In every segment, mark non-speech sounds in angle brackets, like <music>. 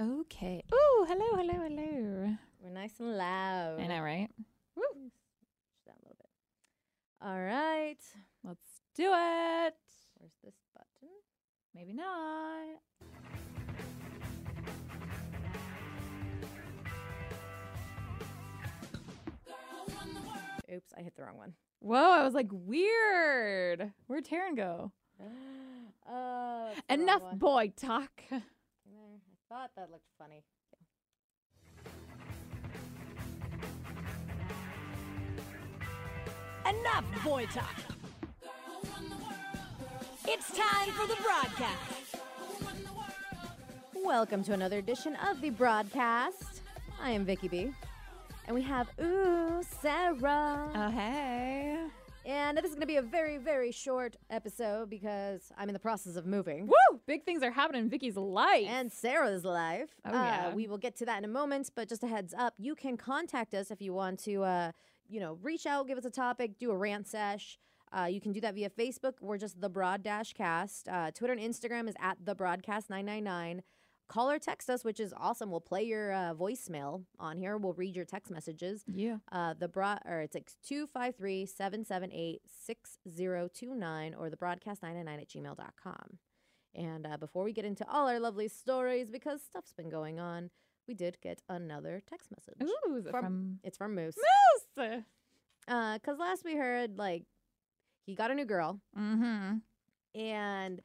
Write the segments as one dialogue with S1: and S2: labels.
S1: Okay. Oh, hello, hello, hello.
S2: We're nice and loud.
S1: I know, right?
S2: Yes. Just that little bit. All right.
S1: Let's do it.
S2: Where's this button?
S1: Maybe not.
S2: Oops, I hit the wrong one. <gasps>
S1: Whoa, I was like, weird. Where'd Taryn go?
S2: Uh, it's the wrong
S1: Enough
S2: one.
S1: boy talk.
S2: There, I thought that looked funny.
S3: Enough boy talk. It's time for the broadcast.
S2: Welcome to another edition of the broadcast. I am Vicky B, and we have Ooh Sarah.
S1: Oh, hey.
S2: And this is going to be a very, very short episode because I'm in the process of moving.
S1: Woo! Big things are happening in Vicky's life.
S2: And Sarah's life. Uh,
S1: Oh, yeah.
S2: We will get to that in a moment, but just a heads up, you can contact us if you want to, uh, you know, reach out, give us a topic, do a rant sesh. Uh, you can do that via Facebook. We're just the Broad Dash Cast. Uh, Twitter and Instagram is at the Broadcast nine nine nine. Call or text us, which is awesome. We'll play your uh, voicemail on here. We'll read your text messages.
S1: yeah.
S2: Uh, the broad or it's like 253-778-6029 or the broadcast 999 at gmail.com. And uh, before we get into all our lovely stories, because stuff's been going on, we did get another text message.
S1: Ooh, is it
S2: From-
S1: from,
S2: It's from Moose.
S1: Moose?
S2: Uh, cause last we heard, like, he got a new girl
S1: Mm-hmm.
S2: and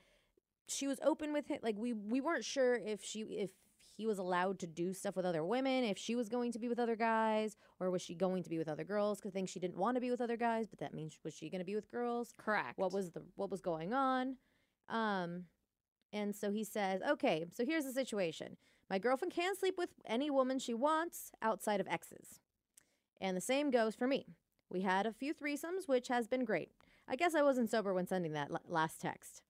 S2: she was open with him. Like we we weren't sure if she if he was allowed to do stuff with other women, if she was going to be with other guys, or was she going to be with other girls? Because I think she didn't want to be with other guys, but that means was she going to be with girls?
S1: Correct.
S2: What was the what was going on? Um, and so he says, okay, so here's the situation. My girlfriend can sleep with any woman she wants outside of exes. And the same goes for me. We had a few threesomes, which has been great. I guess I wasn't sober when sending that la- last text.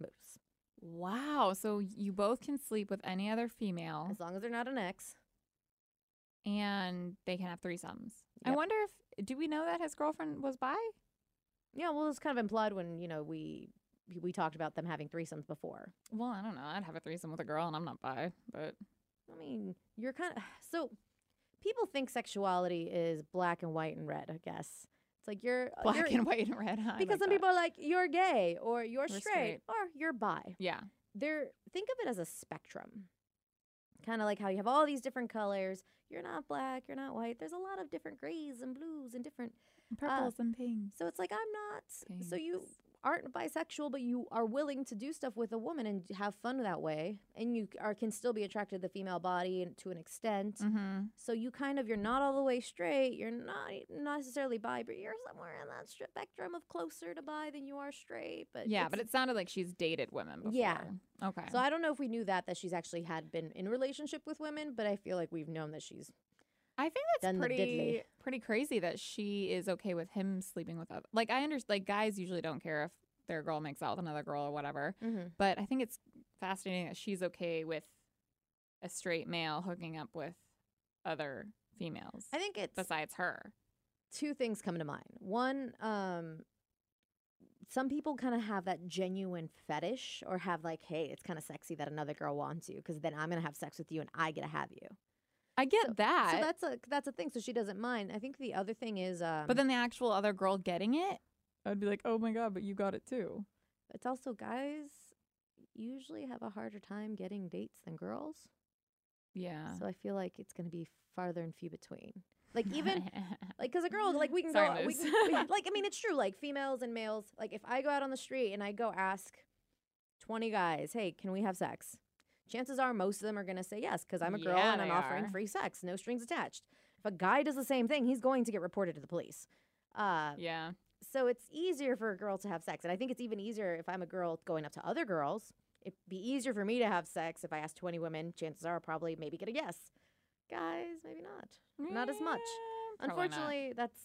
S2: Moose.
S1: Wow. So you both can sleep with any other female
S2: As long as they're not an ex.
S1: and they can have threesomes. I
S2: Yep.
S1: wonder if, do we know that his girlfriend was bi?
S2: Yeah, well, it's kind of implied when, you know, we we talked about them having threesomes before.
S1: Well, I don't know. I'd have a threesome with a girl and I'm not bi, but
S2: I mean, you're kind of <sighs> so people think sexuality is black and white and red, I guess. It's like you're uh,
S1: black
S2: you're-
S1: and white and red. I
S2: because
S1: like
S2: some
S1: that.
S2: people are like you're gay or you're
S1: Or
S2: straight,
S1: straight.
S2: or you're bi.
S1: Yeah.
S2: They're think of it as a spectrum. Kind of like how you have all these different colors. You're not black, you're not white. There's a lot of different grays and blues and different
S1: Purples and pinks.
S2: So it's like I'm not. So you
S1: Thanks.
S2: aren't bisexual, but you are willing to do stuff with a woman and have fun that way, and you are can still be attracted to the female body and to an extent.
S1: Mm-hmm.
S2: So you kind of you're not all the way straight. You're not e, necessarily bi, but you're somewhere in that stri- spectrum of closer to bi than you are straight. But
S1: Yeah,
S2: it's-
S1: but it sounded like she's dated women before.
S2: Yeah.
S1: Okay.
S2: So I don't know if we knew that that she's actually had been in relationship with women, but I feel like we've known that she's
S1: I think that's
S2: done the diddly.
S1: pretty pretty crazy that she is okay with him sleeping with other. Like I understand, like guys usually don't care if their girl makes out with another girl or whatever. But I think it's fascinating that she's okay with a straight male hooking up with other females
S2: I think it's
S1: besides her.
S2: two things come to mind. One, um, some people kind of have that genuine fetish or have like, hey, it's kind of sexy that another girl wants you because then I'm going to have sex with you and I get to have you.
S1: I get that.
S2: so that's a that's a thing. So she doesn't mind. I think the other thing is, um,
S1: but then the actual other girl getting it, I'd be like, "Oh my god, but you got it too."
S2: it's also guys usually have a harder time getting dates than girls.
S1: Yeah.
S2: So I feel like it's going to be farther and few between. Like
S1: <laughs>
S2: even Like, cause a girl, like we can
S1: Sorry,
S2: go, out- we,
S1: Moose.
S2: we-
S1: <laughs>
S2: like I mean, it's true. Like females and males, like if I go out on the street and I go ask twenty guys, "Hey, can we have sex?" Chances are most of them are gonna say yes, cause I'm a girl
S1: Yeah,
S2: and I'm
S1: they
S2: offering
S1: are.
S2: free sex, no strings attached. If a guy does the same thing, he's going to get reported to the police. Uh,
S1: yeah.
S2: so it's easier for a girl to have sex, and I think it's even easier if I'm a girl going up to other girls. It'd be easier for me to have sex if I ask twenty women. Chances are, I'll probably maybe get a yes. Guys, maybe not. Not as much.
S1: Yeah, probably not.
S2: Unfortunately, that's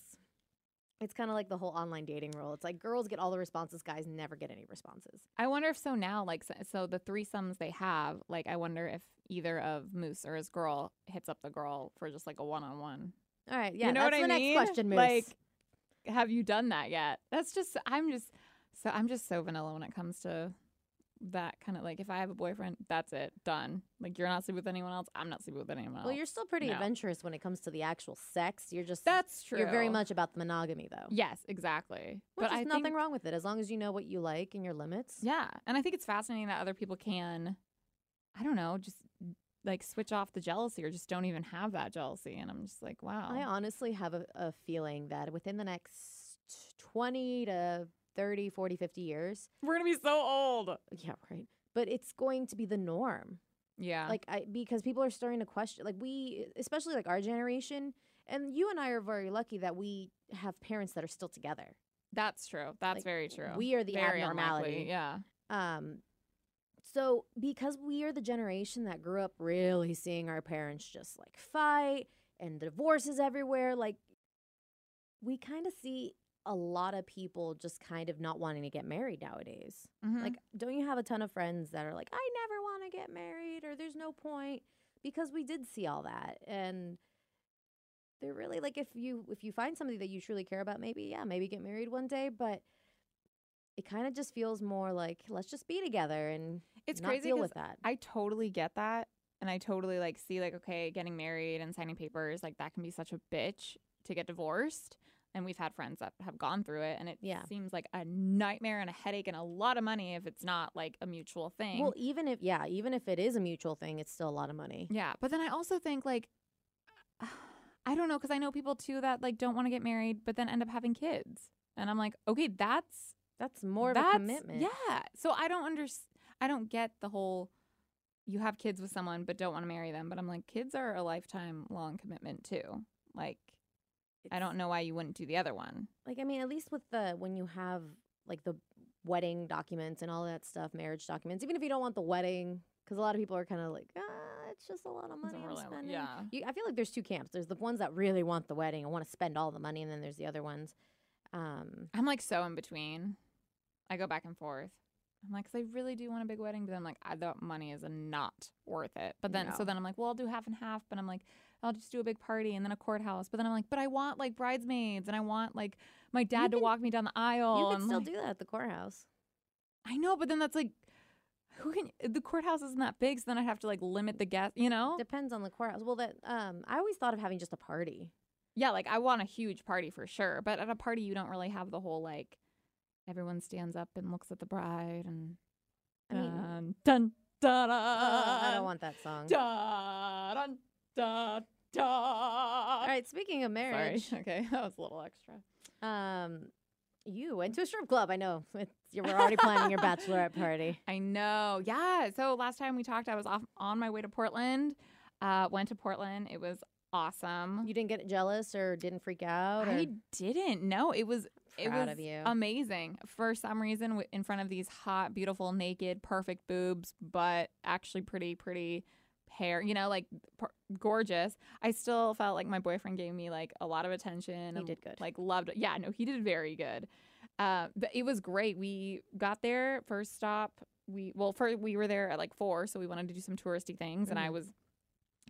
S2: it's kind of like the whole online dating rule. It's like girls get all the responses, guys never get any responses.
S1: I wonder if so now, like, so, so the threesomes they have, like, I wonder if either of Moose or his girl hits up the girl for just like a one on one.
S2: All right, yeah,
S1: you know
S2: that's
S1: what I
S2: the
S1: mean?
S2: next question, Moose.
S1: Like, have you done that yet? That's just, I'm just, so I'm just so vanilla when it comes to that kind of like if I have a boyfriend, that's it, done. Like you're not sleeping with anyone else. I'm not sleeping with anyone else.
S2: Well, you're still pretty
S1: no.
S2: adventurous when it comes to the actual sex. You're just
S1: that's true.
S2: You're very much about the monogamy though.
S1: yes, exactly.
S2: Which
S1: but
S2: is
S1: I
S2: nothing
S1: think,
S2: wrong with it as long as you know what you like and your limits.
S1: Yeah, and I think it's fascinating that other people can, I don't know, just like switch off the jealousy or just don't even have that jealousy. And I'm just like, wow.
S2: I honestly have a, a feeling that within the next 20 to 30, 40, 50 years, <laughs>
S1: We're gonna be so old.
S2: yeah, right. But it's going to be the norm.
S1: Yeah.
S2: Like I because people are starting to question like we especially like our generation and you and I are very lucky that we have parents that are still together.
S1: that's true. That's
S2: like,
S1: very true.
S2: We are the
S1: Very unlikely,
S2: abnormality.
S1: Yeah.
S2: Um, so because we are the generation that grew up really seeing our parents just like fight and divorces everywhere, like we kind of see a lot of people just kind of not wanting to get married nowadays.
S1: Mhm.
S2: Like, don't you have a ton of friends that are like, I never want to get married or there's no point? Because we did see all that and they're really like if you if you find somebody that you truly care about, maybe yeah, maybe get married one day, but it kind of just feels more like let's just be together and
S1: it's
S2: not
S1: crazy
S2: deal
S1: 'cause
S2: with that.
S1: I totally get that. And I totally like see like, okay, getting married and signing papers, like that can be such a bitch to get divorced. And we've had friends that have gone through it and it
S2: Yeah.
S1: seems like a nightmare and a headache and a lot of money if it's not like a mutual thing.
S2: Well, even if yeah, even if it is a mutual thing, it's still a lot of money.
S1: yeah. But then I also think like <sighs> I don't know, because I know people too that like don't want to get married but then end up having kids. And I'm like, okay, that's
S2: That's more of
S1: That's-
S2: a commitment.
S1: Yeah. So I don't understand. I don't get the whole. You have kids with someone, but don't want to marry them. But I'm like, kids are a lifetime long commitment too. Like, I
S2: It's-
S1: don't know why you wouldn't do the other one.
S2: Like I mean, at least with the when you have like the wedding documents and all that stuff, marriage documents. Even if you don't want the wedding, because a lot of people are kind of like, ah, it's just a lot of
S1: It's
S2: money.
S1: a
S2: I'm
S1: really-
S2: spending."
S1: yeah.
S2: You, I feel like there's two camps. There's the ones that really want the wedding and want to spend all the money, and then there's the other ones. Um,
S1: I'm like so in between. I go back and forth. I'm like, 'cause I really do want a big wedding, but then I'm like, I thought money is not worth it. But then, so
S2: No.
S1: then I'm like, well, I'll do half and half. But I'm like, I'll just do a big party and then a courthouse. But then I'm like, but I want like bridesmaids and I want like my dad to
S2: can-
S1: walk me down the aisle.
S2: you
S1: and,
S2: could still
S1: like-
S2: do that at the courthouse.
S1: I know, but then that's like, who can? The courthouse isn't that big, so then I'd have to like limit the guest. You know?
S2: Depends on the courthouse. Well, that um, I always thought of having just a party.
S1: Yeah, like I want a huge party for sure, but at a party you don't really have the whole like, everyone stands up and looks at the bride and.
S2: I mean-
S1: dun dun dun. Uh,
S2: Oh, I don't want that song.
S1: Dun dun dun. dun.
S2: All right, speaking of
S1: Sorry.
S2: marriage,
S1: <laughs> Okay, that was a little extra.
S2: um, you went to a strip club. I know. It's, you were already planning your bachelorette party.
S1: I know. Yeah. So last time we talked, I was off on my way to Portland. Uh, went to Portland. It was awesome.
S2: You didn't get jealous or didn't freak out. Or
S1: I didn't. No, it was it
S2: Proud
S1: was um,
S2: of you.
S1: amazing. For some reason, w- in front of these hot, beautiful, naked, perfect boobs, but actually pretty, pretty hair. You know, like per- gorgeous. I still felt like my boyfriend gave me like a lot of attention.
S2: He
S1: and,
S2: did good.
S1: um, Like loved. It. Yeah, no, he did very good. Uh, but it was great. We got there first stop. We well, first we were there at like four, so we wanted to do some touristy things, and I
S2: Mhm.
S1: was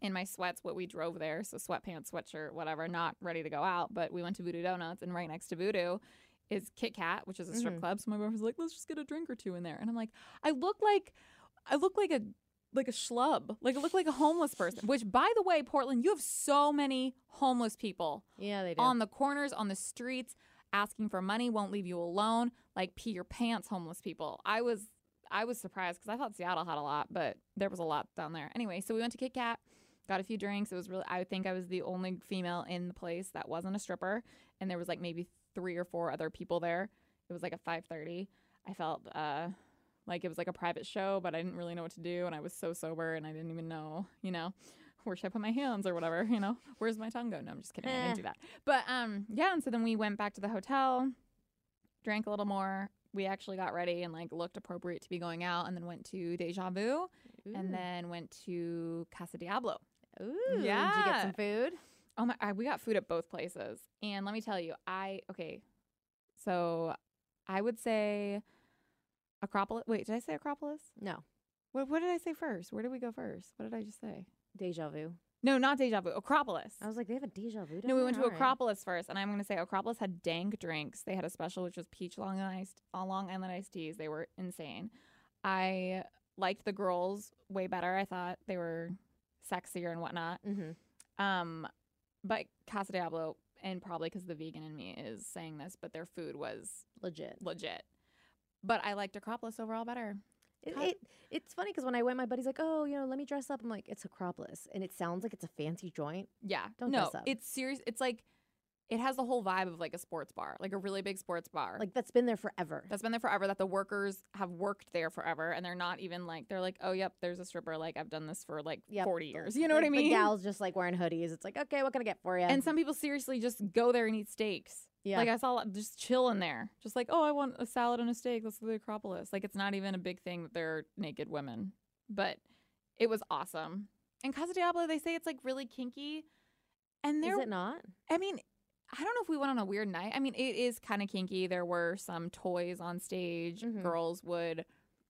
S1: in my sweats what we drove there so sweatpants sweatshirt whatever not ready to go out but we went to voodoo donuts and right next to voodoo is kit kat which is a strip
S2: Mhm.
S1: club so my boyfriend's like let's just get a drink or two in there and i'm like i look like i look like a like a schlub like i look like a homeless person which by the way portland you have so many homeless people
S2: yeah, they did.
S1: on the corners on the streets asking for money won't leave you alone like pee your pants homeless people i was i was surprised because i thought seattle had a lot but there was a lot down there anyway so we went to kit kat got a few drinks it was really i think i was the only female in the place that wasn't a stripper and there was like maybe three or four other people there it was like a 5.30 i felt uh like it was like a private show but i didn't really know what to do and i was so sober and i didn't even know you know where should i put my hands or whatever <laughs> you know where's my tongue go no i'm just kidding i didn't do that but um yeah and so then we went back to the hotel drank a little more we actually got ready and like looked appropriate to be going out and then went to deja vu
S2: Ooh.
S1: and then went to casa diablo
S2: Ooh, Did you get
S1: Yeah.
S2: some food?
S1: Oh my! I, we got food at both places, and let me tell you, I okay. So, I would say Acropolis. Wait, did I say Acropolis?
S2: No.
S1: What, what did I say first? Where did we go first? What did I just say?
S2: Deja vu.
S1: No, not Deja Vu. Acropolis.
S2: I was like, they have a deja vu. down
S1: No, we
S2: there?
S1: went to
S2: All right.
S1: Acropolis first, and I'm going to say Acropolis had dank drinks. They had a special which was peach Long Island iced, uh, Long Island iced teas. They were insane. I liked the girls way better. I thought they were sexier and whatnot.
S2: Mm-hmm.
S1: Um, but Casa Diablo, and probably because the vegan in me is saying this, but their food was
S2: Legit.
S1: legit. But I liked Acropolis overall better.
S2: It,
S1: Huh.
S2: it, it's funny because when I went, my buddy's like, "Oh, you know, let me dress up." I'm like, "It's Acropolis," and it sounds like it's a fancy joint.
S1: Yeah.
S2: Don't
S1: no,
S2: dress up.
S1: it's serious. It's like it has the whole vibe of like a sports bar, like a really big sports bar.
S2: Like that's been there forever.
S1: that's been there forever. That the workers have worked there forever, and they're not even like they're like, oh yep, there's a stripper. Like I've done this for like
S2: Yep.
S1: forty years. You know what I
S2: Like,
S1: mean?
S2: The gals just like wearing hoodies. It's like, okay, what can I get for you?
S1: And some people seriously just go there and eat steaks.
S2: yeah,
S1: Like I saw a lot- just chill in there, just like oh I want a salad and a steak. That's the Acropolis. Like it's not even a big thing that they're naked women, but it was awesome. And Casa Diablo, they say it's like really kinky, and
S2: is
S1: there
S2: it not?
S1: I mean, I don't know if we went on a weird night. I mean, it is kind of kinky. There were some toys on stage.
S2: Mhm.
S1: Girls would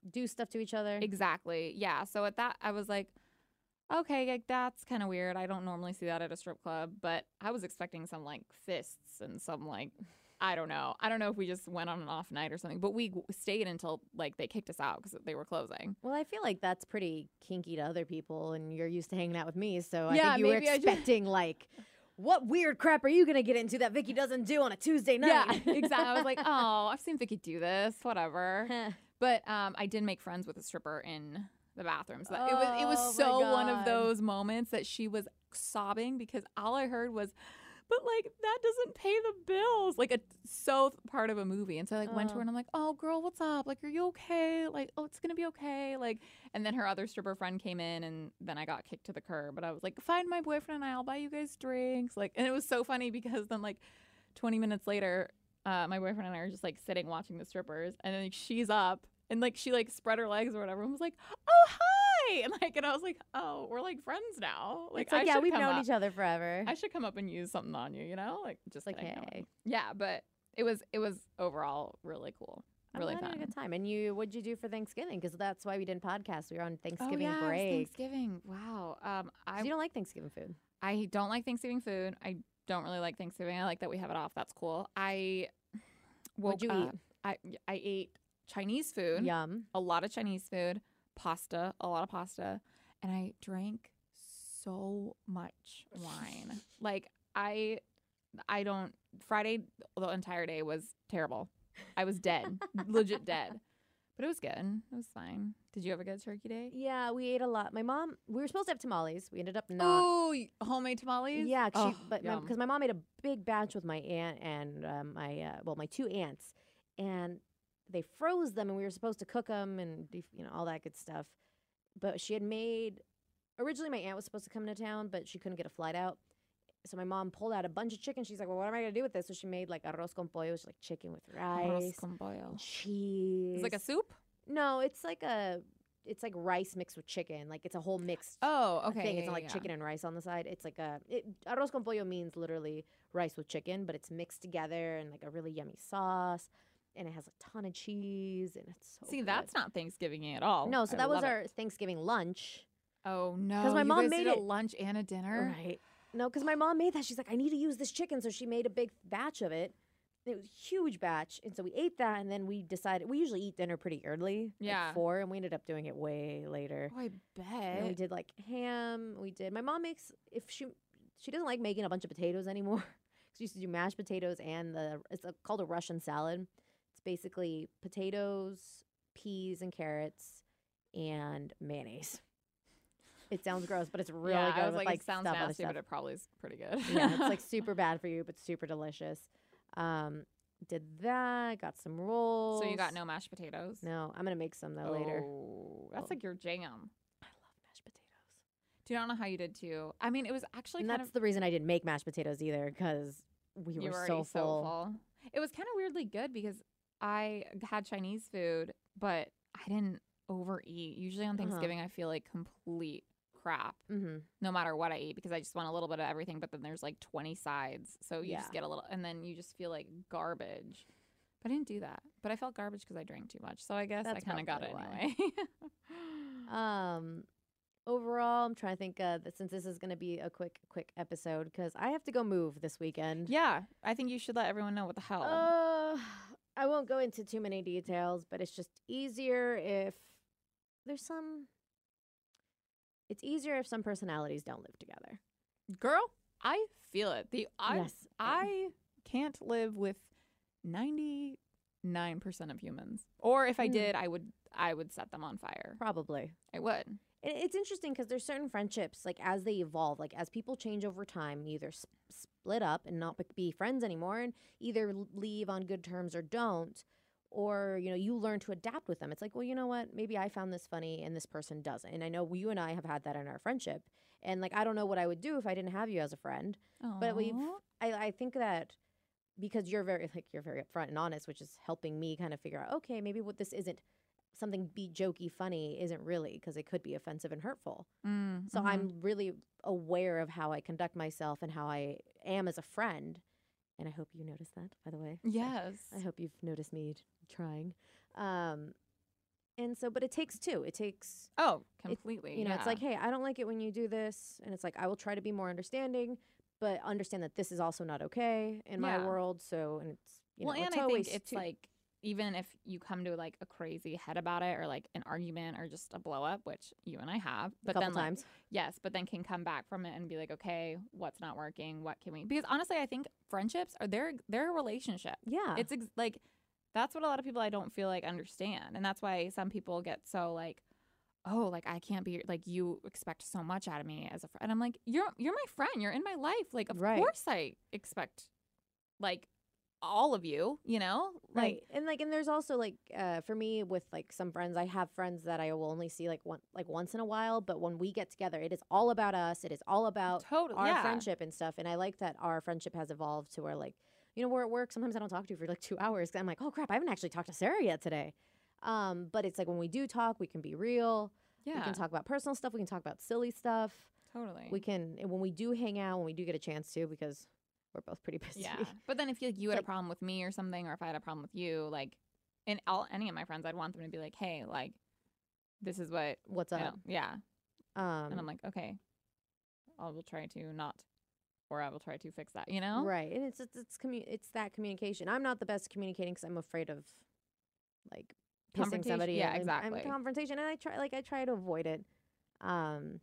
S2: Do stuff to each other.
S1: exactly, yeah. So at that, I was like, okay, like that's kind of weird. I don't normally see that at a strip club, but I was expecting some like fists and some like. I don't know. I don't know if we just went on an off night or something, but we w- stayed until like they kicked us out because they were closing.
S2: Well, I feel like that's pretty kinky to other people, and you're used to hanging out with me, so I
S1: Yeah,
S2: think you were
S1: maybe I should-
S2: expecting like, what weird crap are you gonna get into that Vicky doesn't do on a Tuesday night?
S1: Yeah, <laughs> exactly. I was like, oh, I've seen Vicky do this,
S2: <laughs>
S1: whatever. But um, I did make friends with a stripper in the bathroom. So that- it was it
S2: Oh, my
S1: was so one of
S2: God.
S1: those moments that she was sobbing because all I heard was, "But like that doesn't pay the bills." Like a so part of a movie, and so I like went to
S2: Oh.
S1: her and I'm like, "Oh, girl, what's up? Like, are you okay? Like, oh, it's gonna be okay." Like, and then her other stripper friend came in, and then I got kicked to the curb. But I was like, "Find my boyfriend and I. I'll buy you guys drinks." Like, and it was so funny because then like 20 minutes later, uh, my boyfriend and I are just like sitting watching the strippers, and then like, she's up and like she like spread her legs or whatever, and was like, "Oh hi!" <laughs> And like, and I was like, "Oh, we're like friends now." Like,
S2: it's like
S1: I
S2: yeah,
S1: should
S2: we've
S1: come
S2: known
S1: up.
S2: each other forever.
S1: I should come up and use something on you, you know? Like, just
S2: Like,
S1: kidding, no, I'm-
S2: hey.
S1: yeah. But it was it was overall really cool,
S2: I'm
S1: really
S2: having
S1: fun.
S2: a good time. And you, what'd you do for Thanksgiving? Because that's why we didn't podcast. We were on Thanksgiving
S1: oh, yeah, it was
S2: break. 'Cause
S1: Thanksgiving. Wow. Um, I
S2: you don't like Thanksgiving food.
S1: I don't like Thanksgiving food. I don't really like Thanksgiving. I like that we have it off. That's cool. I <sighs> woke
S2: What'd you
S1: up- I I ate Chinese food.
S2: eat? Yum.
S1: a lot of Chinese food, pasta, a lot of pasta, and I drank so much
S2: <laughs>
S1: wine. like I I don't Friday the entire day was terrible. I was
S2: <laughs>
S1: dead. legit dead. But it was good. It was fine. Did you have a good turkey day?
S2: Yeah, we ate a lot. My mom, we were supposed to have tamales. We ended up not.
S1: Oh, homemade tamales?
S2: Yeah, 'cause she,
S1: Oh,
S2: but
S1: yum.
S2: because my, mom made a big batch with my aunt and um, my uh, well, my two aunts, and they froze them, and we were supposed to cook them and def- you know all that good stuff. But she had made originally my aunt was supposed to come into town, but she couldn't get a flight out. So my mom pulled out a bunch of chicken. She's like, "Well, what am I gonna do with this?" So she made like arroz con pollo, which is like chicken with
S1: Arroz
S2: rice,
S1: con pollo.
S2: cheese.
S1: It's like a soup?
S2: no, it's like a it's like rice mixed with chicken. Like it's a whole mixed
S1: Oh,
S2: a
S1: okay.
S2: thing.
S1: yeah,
S2: It's not
S1: yeah,
S2: like
S1: yeah.
S2: chicken and rice on the side. It's like a it, arroz con pollo means literally rice with chicken, but it's mixed together and like a really yummy sauce, and it has a ton of cheese, and it's so.
S1: See,
S2: good.
S1: that's not Thanksgiving at all.
S2: no. So
S1: I
S2: that was
S1: love it.
S2: our Thanksgiving lunch,
S1: Oh no!
S2: my
S1: you
S2: mom
S1: guys
S2: made
S1: did a
S2: it.
S1: lunch and a dinner.
S2: right? No, because my mom made that. She's like, I need to use this chicken, so she made a big batch of it. It was a huge batch, and so we ate that, and then we decided we usually eat dinner pretty early,
S1: Yeah.
S2: like four, and we ended up doing it way later.
S1: Oh, I
S2: And we
S1: bet.
S2: did like ham. We did. My mom makes if she she doesn't like making a bunch of potatoes anymore. <laughs> she used to do mashed potatoes and the it's a, called a Russian salad. It's basically potatoes, peas, and carrots, and mayonnaise. It sounds gross,
S1: <laughs>
S2: but it's really
S1: yeah,
S2: good.
S1: I was
S2: with,
S1: like,
S2: like
S1: it sounds
S2: stuff, other
S1: nasty,
S2: stuff.
S1: but it probably is pretty good. <laughs>
S2: yeah, it's like super bad for you, but super delicious. Um, did that? Got some rolls.
S1: <laughs> so you got no mashed potatoes.
S2: No, I'm gonna make some though later.
S1: Oh,
S2: Oh.
S1: that's like your jam.
S2: I love mashed potatoes.
S1: Do you not know how you did too? I mean, it was actually
S2: and
S1: kind
S2: that's
S1: of
S2: the reason I didn't make mashed potatoes either because we
S1: you
S2: were
S1: were
S2: so full.
S1: already so full. It was kind of weirdly good because I had Chinese food, but I didn't overeat. Usually on
S2: Uh-huh.
S1: Thanksgiving, I feel like complete crap
S2: Mm-hmm.
S1: no matter what I eat because I just want a little bit of everything. But then there's like 20 sides. So you
S2: Yeah.
S1: just get a little, and then you just feel like garbage. But I didn't do that. But I felt garbage because I drank too much. So I guess I
S2: That's
S1: kind of got it
S2: probably why.
S1: anyway. Mm-hmm.
S2: Um, overall, I'm trying to think. Uh, that since this is going to be a quick, quick episode because I have to go move this
S1: <laughs>
S2: weekend.
S1: yeah. I think you should let everyone know what the
S2: Um,
S1: hell.
S2: Uh, I won't go into too many details, but it's just easier if there's some. It's easier if some personalities don't live together.
S1: Girl, I feel it. The I
S2: Yes.
S1: I can't live with 99% of humans. Or if I
S2: Mm.
S1: did, I would I would set them on fire.
S2: Probably.
S1: I would.
S2: And it's interesting because there's certain friendships like as they evolve, like as people change over time, you either sp- split up and not be- be friends anymore, and either l- leave on good terms or don't, or you know you learn to adapt with them. It's like, well, you know what? Maybe I found this funny and this person doesn't. And I know you and I have had that in our friendship. And like I don't know what I would do if I didn't have you as a friend. But we've
S1: Aw.
S2: I, I think that because you're very <laughs> like you're very upfront and honest, which is helping me kind of figure out okay maybe what this isn't something be jokey funny isn't really because it could be offensive and hurtful.
S1: Mm,
S2: So
S1: mhm.
S2: I'm really aware of how I conduct myself and how I am as a friend. And I hope you notice that, by the way.
S1: Mm-hmm. Yes.
S2: I hope you've noticed me t- trying. Um, and so, but it takes two. It takes,
S1: Oh, completely.
S2: you know, it's
S1: yeah.
S2: like, hey, I don't like it when you do this. And it's like, I will try to be more understanding, but understand that this is also not okay in my
S1: Yeah.
S2: world. So, and it's, you
S1: well,
S2: know,
S1: and
S2: it's
S1: I
S2: always
S1: think it's
S2: two-
S1: like even if you come to like a crazy head about it or like an argument or just a blow up, which you and I have,
S2: a
S1: but
S2: couple
S1: then like,
S2: times.
S1: yes, but then can come back from it and be like, okay, what's not working? What can we? Because honestly, I think friendships are their their relationship.
S2: yeah.
S1: It's ex- like that's what a lot of people I don't feel like understand, and that's why some people get so like, oh, like I can't be like you expect so much out of me as a friend. And I'm like, you're you're my friend. You're in my life. Like of
S2: Right.
S1: course I expect like all of you. You know, like
S2: right and like and there's also like uh for me with like some friends i have friends that i will only see like one like once in a while but when we get together it is all about us it is all about
S1: totally
S2: our
S1: yeah.
S2: friendship and stuff and i like that our friendship has evolved to where like you know we're at work sometimes i don't talk to you for like two hours 'cause i'm like oh crap i haven't actually talked to sarah yet today um but it's like when we do talk we can be real
S1: Yeah,
S2: we can talk about personal stuff we can talk about silly stuff
S1: totally.
S2: we can and when we do hang out when we do get a chance to because we're both pretty <laughs> busy
S1: Yeah. But then if like you had
S2: like-
S1: a problem with me or something, or if I had a problem with you, like, and all any of my friends, I'd want them to be like, hey, like, this is what.
S2: what's
S1: I
S2: up
S1: don't- yeah.
S2: um
S1: and I'm like, okay, I will try to not, or I will try to fix that, you know?
S2: Right, and it's it's it's, commu- it's that communication. I'm not the best at communicating because I'm afraid of like pissing
S1: Confrontation-
S2: somebody.
S1: yeah,
S2: and- and-
S1: exactly.
S2: I'm confrontation, and I try like I try to avoid it. Um,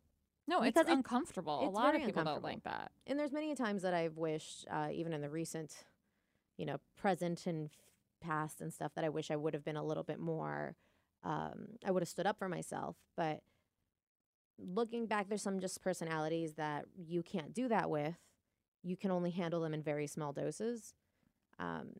S1: No, it's
S2: Because it's-
S1: uncomfortable.
S2: it's
S1: a lot of
S2: very
S1: people don't
S2: uncomfortable.
S1: like that.
S2: and there's many times that I've wished, uh, even in the recent, you know, present and f- past and stuff, that I wish I would have been a little bit more. Um, I would have stood up for myself, but looking back, there's some just personalities that you can't do that with. You can only handle them in very small doses. Um,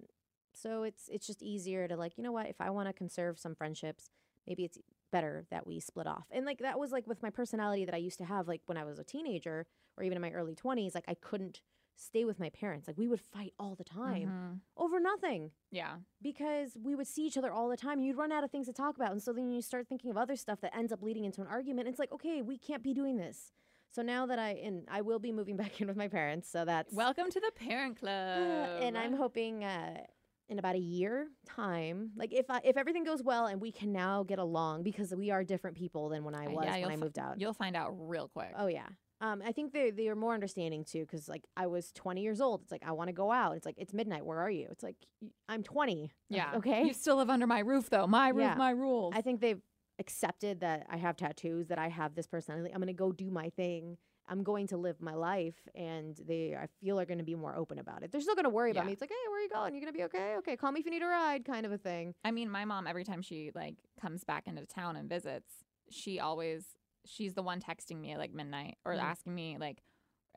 S2: so it's it's just easier to like, you know what? If I want to conserve some friendships, maybe it's better that we split off. And like that was like with my personality that I used to have, like when I was a teenager or even in my early twenties, like I couldn't stay with my parents. Like we would fight all the time
S1: Mhm.
S2: over nothing
S1: Yeah.
S2: because we would see each other all the time and you'd run out of things to talk about and so then you start thinking of other stuff that ends up leading into an argument it's like okay we can't be doing this so now that i and i will be moving <laughs> back in with my parents so that's
S1: Welcome to the parent club.
S2: <sighs> and i'm hoping uh in about a year time like if I, if everything goes well and we can now get along because we are different people than when i
S1: Uh,
S2: was
S1: yeah,
S2: when
S1: you'll
S2: i
S1: fi-
S2: moved out
S1: You'll find out real quick.
S2: Oh yeah. Um, I think they they are more understanding too, because like I was 20 years old. It's like I want to go out. It's like it's midnight. Where are you? It's like y- I'm 20. Like,
S1: yeah.
S2: okay.
S1: You still live under my roof, though. My roof,
S2: Yeah.
S1: my rules.
S2: I think they've accepted that I have tattoos, that I have this personality. I'm gonna go do my thing. I'm going to live my life, and they I feel are gonna be more open about it. They're still gonna worry about
S1: Yeah.
S2: me. It's like, hey, where are you going? You're gonna be okay. Okay, call me if you need a ride, kind of a thing.
S1: I mean, my mom every time she like comes back into town and visits, she always she's the one texting me at like midnight or
S2: Mhm.
S1: asking me like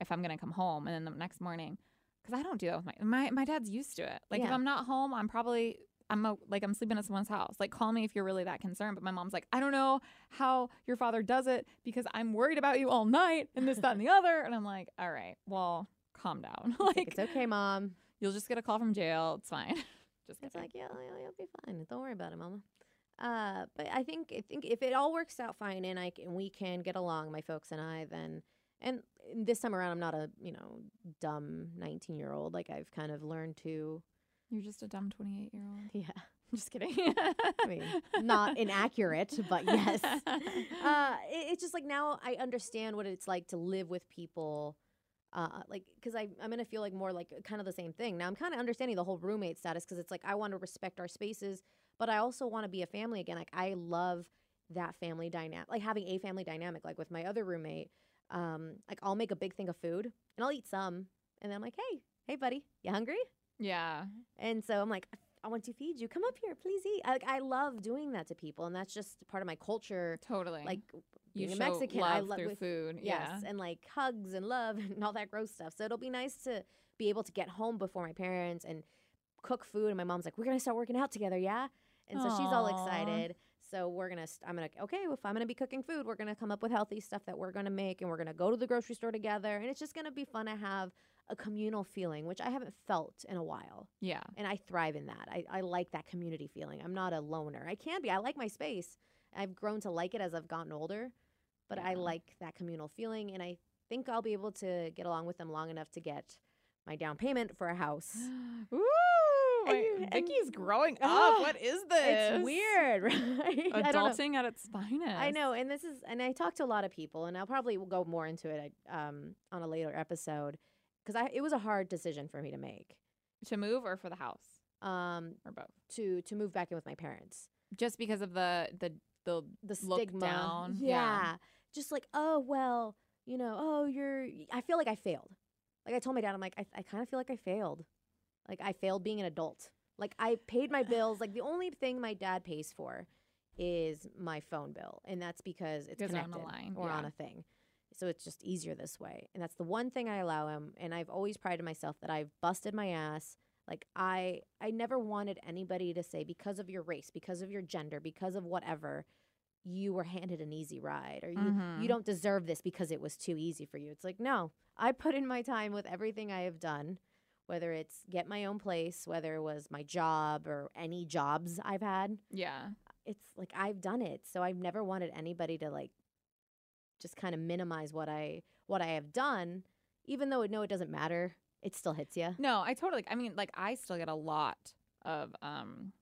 S1: if I'm gonna come home, and then the next morning, because I don't do that with my my my dad's used to it. Like if
S2: Yeah.
S1: I'm not home, I'm probably. I'm a, like I'm sleeping at someone's house. Like call me if you're really that concerned. But my mom's like, I don't know how your father does it because I'm worried about you all night and this, that,
S2: <laughs>
S1: and the other. And I'm like, all right, well, calm down. <laughs>
S2: It's like,
S1: like
S2: it's okay, mom.
S1: you'll just get a call from jail. It's fine. <laughs> just
S2: It's
S1: kidding.
S2: like, yeah, yeah, you'll be fine. Don't worry about it, Mama. Uh, but I think I think if it all works out fine and I c- and we can get along, my folks and I, then and this time around, I'm not a you know dumb 19 year old. Like I've kind of learned to, <laughs>
S1: you're just a dumb 28 year old.
S2: yeah,
S1: <laughs> Just kidding.
S2: I mean, not inaccurate, but yes. Uh, it, it's just like now I understand what it's like to live with people. Uh, like, because I'm gonna feel like more like kind of the same thing. Now I'm kind of understanding the whole roommate status because it's like I want to respect our spaces, but I also want to be a family again. Like I love that family dynamic, like having a family dynamic, like with my other roommate. Um, like I'll make a big thing of food and I'll eat some, and then I'm like, hey, hey, buddy, you hungry?
S1: Yeah.
S2: And so I'm like, I want to feed you. Come up here, please eat. I, I love doing that to people, and that's just part of my culture.
S1: Totally.
S2: Like
S1: you
S2: being a
S1: show
S2: Mexican,
S1: love
S2: I love
S1: through
S2: with-
S1: food.
S2: yes,
S1: Yeah.
S2: and like hugs and love <laughs> and all that gross stuff. So it'll be nice to be able to get home before my parents and cook food. And my mom's like, "We're gonna start working out together, yeah." And so she's all
S1: Aw.
S2: excited. So we're gonna. St- I'm gonna. Okay, if I'm gonna be cooking food, we're gonna come up with healthy stuff that we're gonna make, and we're gonna go to the grocery store together. And it's just gonna be fun to have a communal feeling, which I haven't felt in a while
S1: Yeah.
S2: and I thrive in that. I, I like that community feeling. I'm not a loner. I can be. I like my space. I've grown to like it as I've gotten older, but I
S1: Yeah.
S2: like that communal feeling, and I think I'll be able to get along with them long enough to get my down payment for a house.
S1: <gasps>
S2: <gasps>
S1: Ooh,
S2: And
S1: wait,
S2: you- and-
S1: Vicky's growing
S2: Ah,
S1: up. What is this?
S2: It's weird, <laughs> right? I don't know.
S1: Adulting at its finest.
S2: I know, and this is, and I talk to a lot of people, and I'll probably will go more into it I, um, on a later episode because I it was a hard decision for me to make
S1: To move or for the house
S2: um,
S1: or both.
S2: to to move back in with my parents.
S1: Just because of the the the
S2: the
S1: look
S2: stigma.
S1: down.
S2: Yeah.
S1: Yeah.
S2: Just like, oh, well, you know, oh, you're, I feel like I failed. Like I told my dad, I'm like, I, I kind of feel like I failed. Like I failed being an adult. Like I paid my bills. Like the only thing my dad pays for is my phone bill. And that's because it's
S1: Because they're on
S2: connected
S1: the line,
S2: or
S1: yeah.
S2: on a thing. So it's just easier this way. And that's the one thing I allow him. And I've always prided myself that I've busted my ass. Like I I never wanted anybody to say because of your race, because of your gender, because of whatever, you were handed an easy ride or you you
S1: Mhm.
S2: don't deserve this because it was too easy for you. It's like, no, I put in my time with everything I have done, whether it's get my own place, whether it was my job or any jobs I've had.
S1: Yeah.
S2: It's like I've done it. So I've never wanted anybody to like just kind of minimize what I what I have done, even though it no it doesn't matter. It still hits you.
S1: No, I totally. I mean, like I still get a lot of um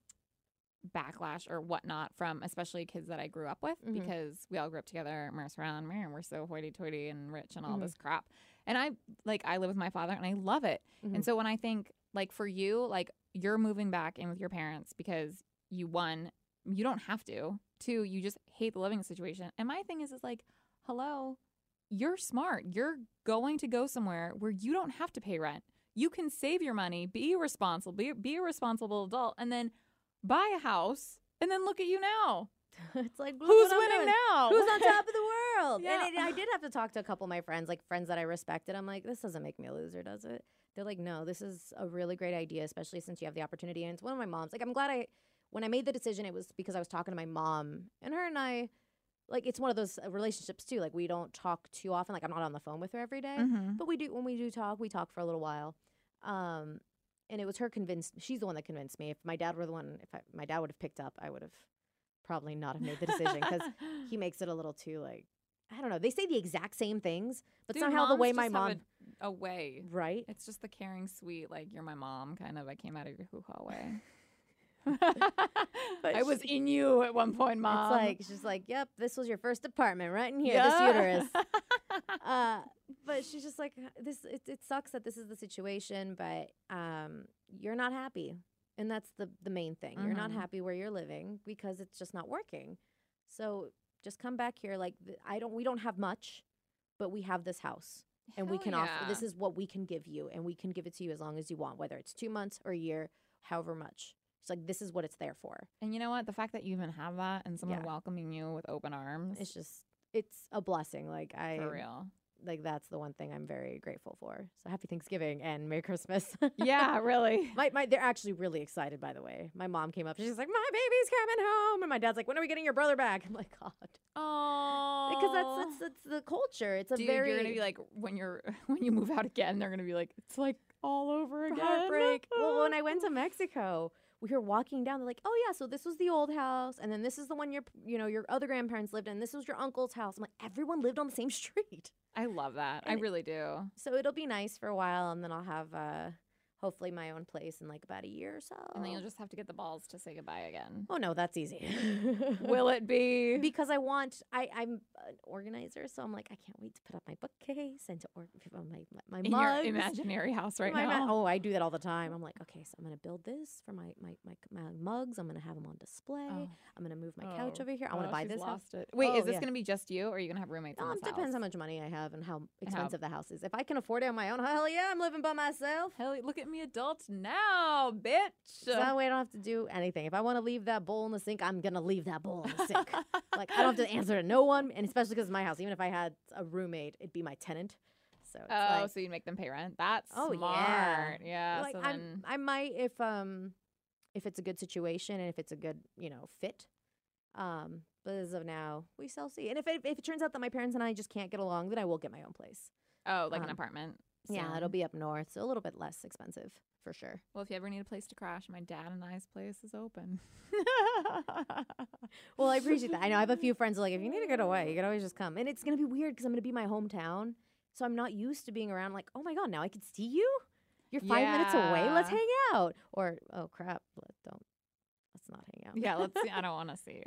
S1: backlash or whatnot from especially kids that I grew up with
S2: Mhm.
S1: because we all grew up together and we're surrounded and we're so hoity-toity and rich and all
S2: Mhm.
S1: this crap. And I like I live with my father and I love it.
S2: Mhm.
S1: And so when I think like for you, like you're moving back in with your parents because you one, you don't have to. Two, you just hate the living situation. And my thing is is like, hello, you're smart. You're going to go somewhere where you don't have to pay rent. You can save your money, be responsible, be, be a responsible adult, and then buy a house. And then look at you now.
S2: <laughs> it's like look
S1: Who's
S2: what I'm
S1: winning
S2: doing.
S1: now?
S2: <laughs> Who's
S1: <laughs>
S2: on top of the world?
S1: Yeah.
S2: And it, I did have to talk to a couple of my friends, like friends that I respected. I'm like, this doesn't make me a loser, does it? They're like, no, this is a really great idea, especially since you have the opportunity. And it's one of my mom's. Like, I'm glad I, when I made the decision, it was because I was talking to my mom, and her and I, like, it's one of those uh, relationships too. Like, we don't talk too often. Like, I'm not on the phone with her every day,
S1: Mhm.
S2: but we do when we do talk, we talk for a little while. Um, and it was her convinced. She's the one that convinced me. If my dad were the one, if I, my dad would have picked up, I would have probably not have made the decision <laughs> because he makes it a little too like I don't know. They say the exact same things, but
S1: Dude,
S2: somehow the
S1: moms
S2: way my
S1: just have
S2: mom
S1: a, a way.
S2: right.
S1: It's just the caring, sweet, like you're my mom kind of. I came out of your hoo ha <laughs> way.
S2: But
S1: I was in you at one point, mom.
S2: It's like she's like, "Yep, this was your first apartment right in here,
S1: <laughs>
S2: this uterus." uh, but she's just like, "Uh, "This it, it sucks that this is the situation, but um, you're not happy, and that's the the main thing. You're not
S1: Mhm.
S2: happy where you're living because it's just not working. So just come back here. Like th- I don't, we don't have much, but we have this house." and we
S1: Hell
S2: can offer
S1: yeah.
S2: this is what we can give you and we can give it to you as long as you want whether it's two months or a year however much it's like this is what it's there for
S1: and you know what? The fact that you even have that and someone
S2: Yeah.
S1: welcoming you with open arms,
S2: it's just it's a blessing like i
S1: for
S2: <laughs>
S1: real.
S2: like that's the one thing i'm very grateful for so happy thanksgiving and merry christmas <laughs>
S1: yeah, really.
S2: my, my they're actually really excited by the way my mom came up she's like my baby's coming home and my dad's like when are we getting your brother back i'm like god
S1: Oh,
S2: <laughs> because that's, that's that's the culture it's a
S1: Dude,
S2: very
S1: you're gonna be like when you're <laughs> when you move out again, they're gonna be like it's like all over again.
S2: heartbreak. well, when I went to Mexico, we were walking down. They're like, "Oh yeah, so this was the old house, and then this is the one your p- you know your other grandparents lived in. This was your uncle's house." I'm like, everyone lived on the same <laughs> street,
S1: <laughs> I love that. I
S2: And-
S1: really do.
S2: so it'll be nice for a while, and then I'll have uh, hopefully my own place in like about a year or so.
S1: And then you'll just have to get the balls to say goodbye
S2: <laughs>
S1: again.
S2: oh no, that's easy. <laughs>
S1: Will it be?
S2: because I want I I'm an organizer, so I'm like I can't wait to put up my bookcase and to or- my my, my
S1: in your
S2: mugs.
S1: imaginary house right
S2: my
S1: <laughs>
S2: ma-
S1: now.
S2: oh, I do that all the time. I'm like, okay, so I'm gonna build this for my my my, my mugs. I'm gonna have them on display.
S1: Oh.
S2: I'm gonna move my couch
S1: Oh.
S2: over here. I want to
S1: Oh,
S2: buy
S1: she's
S2: this house.
S1: Lost it. Wait,
S2: Oh,
S1: is this
S2: yeah.
S1: going to be just you, or are you going to have roommates? in
S2: Um,
S1: this
S2: depends how
S1: house?
S2: much money I have and how expensive the house is. If I can afford it on my own, <laughs> hell yeah, I'm living by myself.
S1: Hell, look at me, adult now, bitch.
S2: So that way I don't have to do anything. If I want to leave that bowl in the sink, I'm gonna leave that bowl in the sink.
S1: <laughs>
S2: like I don't have to answer to no one, and especially because it's my house. Even if I had a roommate, it'd be my tenant. So it's
S1: oh,
S2: like,
S1: so you'd make them pay rent? That's
S2: Oh, yeah.
S1: smart. Yeah.
S2: like
S1: so
S2: I'm,
S1: then,
S2: I might if um if it's a good situation and if it's a good you know fit. Um, but as of now, we shall see. And if it, if it turns out that my parents and I just can't get along, then I will get my own place.
S1: oh, like
S2: um,
S1: an apartment.
S2: Yeah, it'll
S1: soon.
S2: be up north, so a little bit less expensive for sure.
S1: Well, if you ever need a place to crash, my dad and I's place is open.
S2: <laughs>
S1: <laughs>
S2: Well, I appreciate that. I know I have a few friends who are like if you need to get away, you can always just come. And it's gonna be weird because I'm gonna be my hometown, so I'm not used to being around. Like, oh my god, now I can see you. You're five minutes away. Let's
S1: Yeah.
S2: hang out. Or oh crap, let- don't let's not hang out.
S1: yeah, let's see. I don't want to see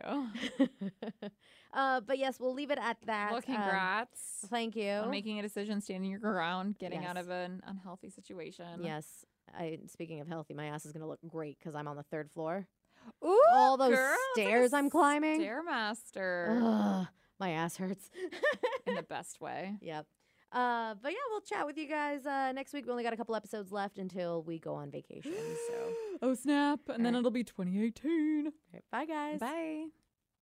S1: you.
S2: <laughs> uh, but yes, we'll leave it at that.
S1: Well,
S2: Um,
S1: congrats
S2: thank you.
S1: on making a decision, standing your ground, getting out
S2: Yes.
S1: of an unhealthy situation.
S2: yes. I, speaking of healthy, my ass is gonna look great because I'm on the third floor.
S1: Ooh,
S2: All those
S1: girl, it's like a
S2: stairs I'm climbing.
S1: Stairmaster.
S2: Ugh, my ass hurts. <laughs>
S1: in the best way.
S2: <gasps> yep. Uh, but yeah, we'll chat with you guys uh, next week. We only got a couple episodes left until we
S1: <gasps>
S2: go on vacation. So,
S1: oh snap! And then
S2: Alright.
S1: it'll be 2018.
S2: bye guys.
S1: Bye.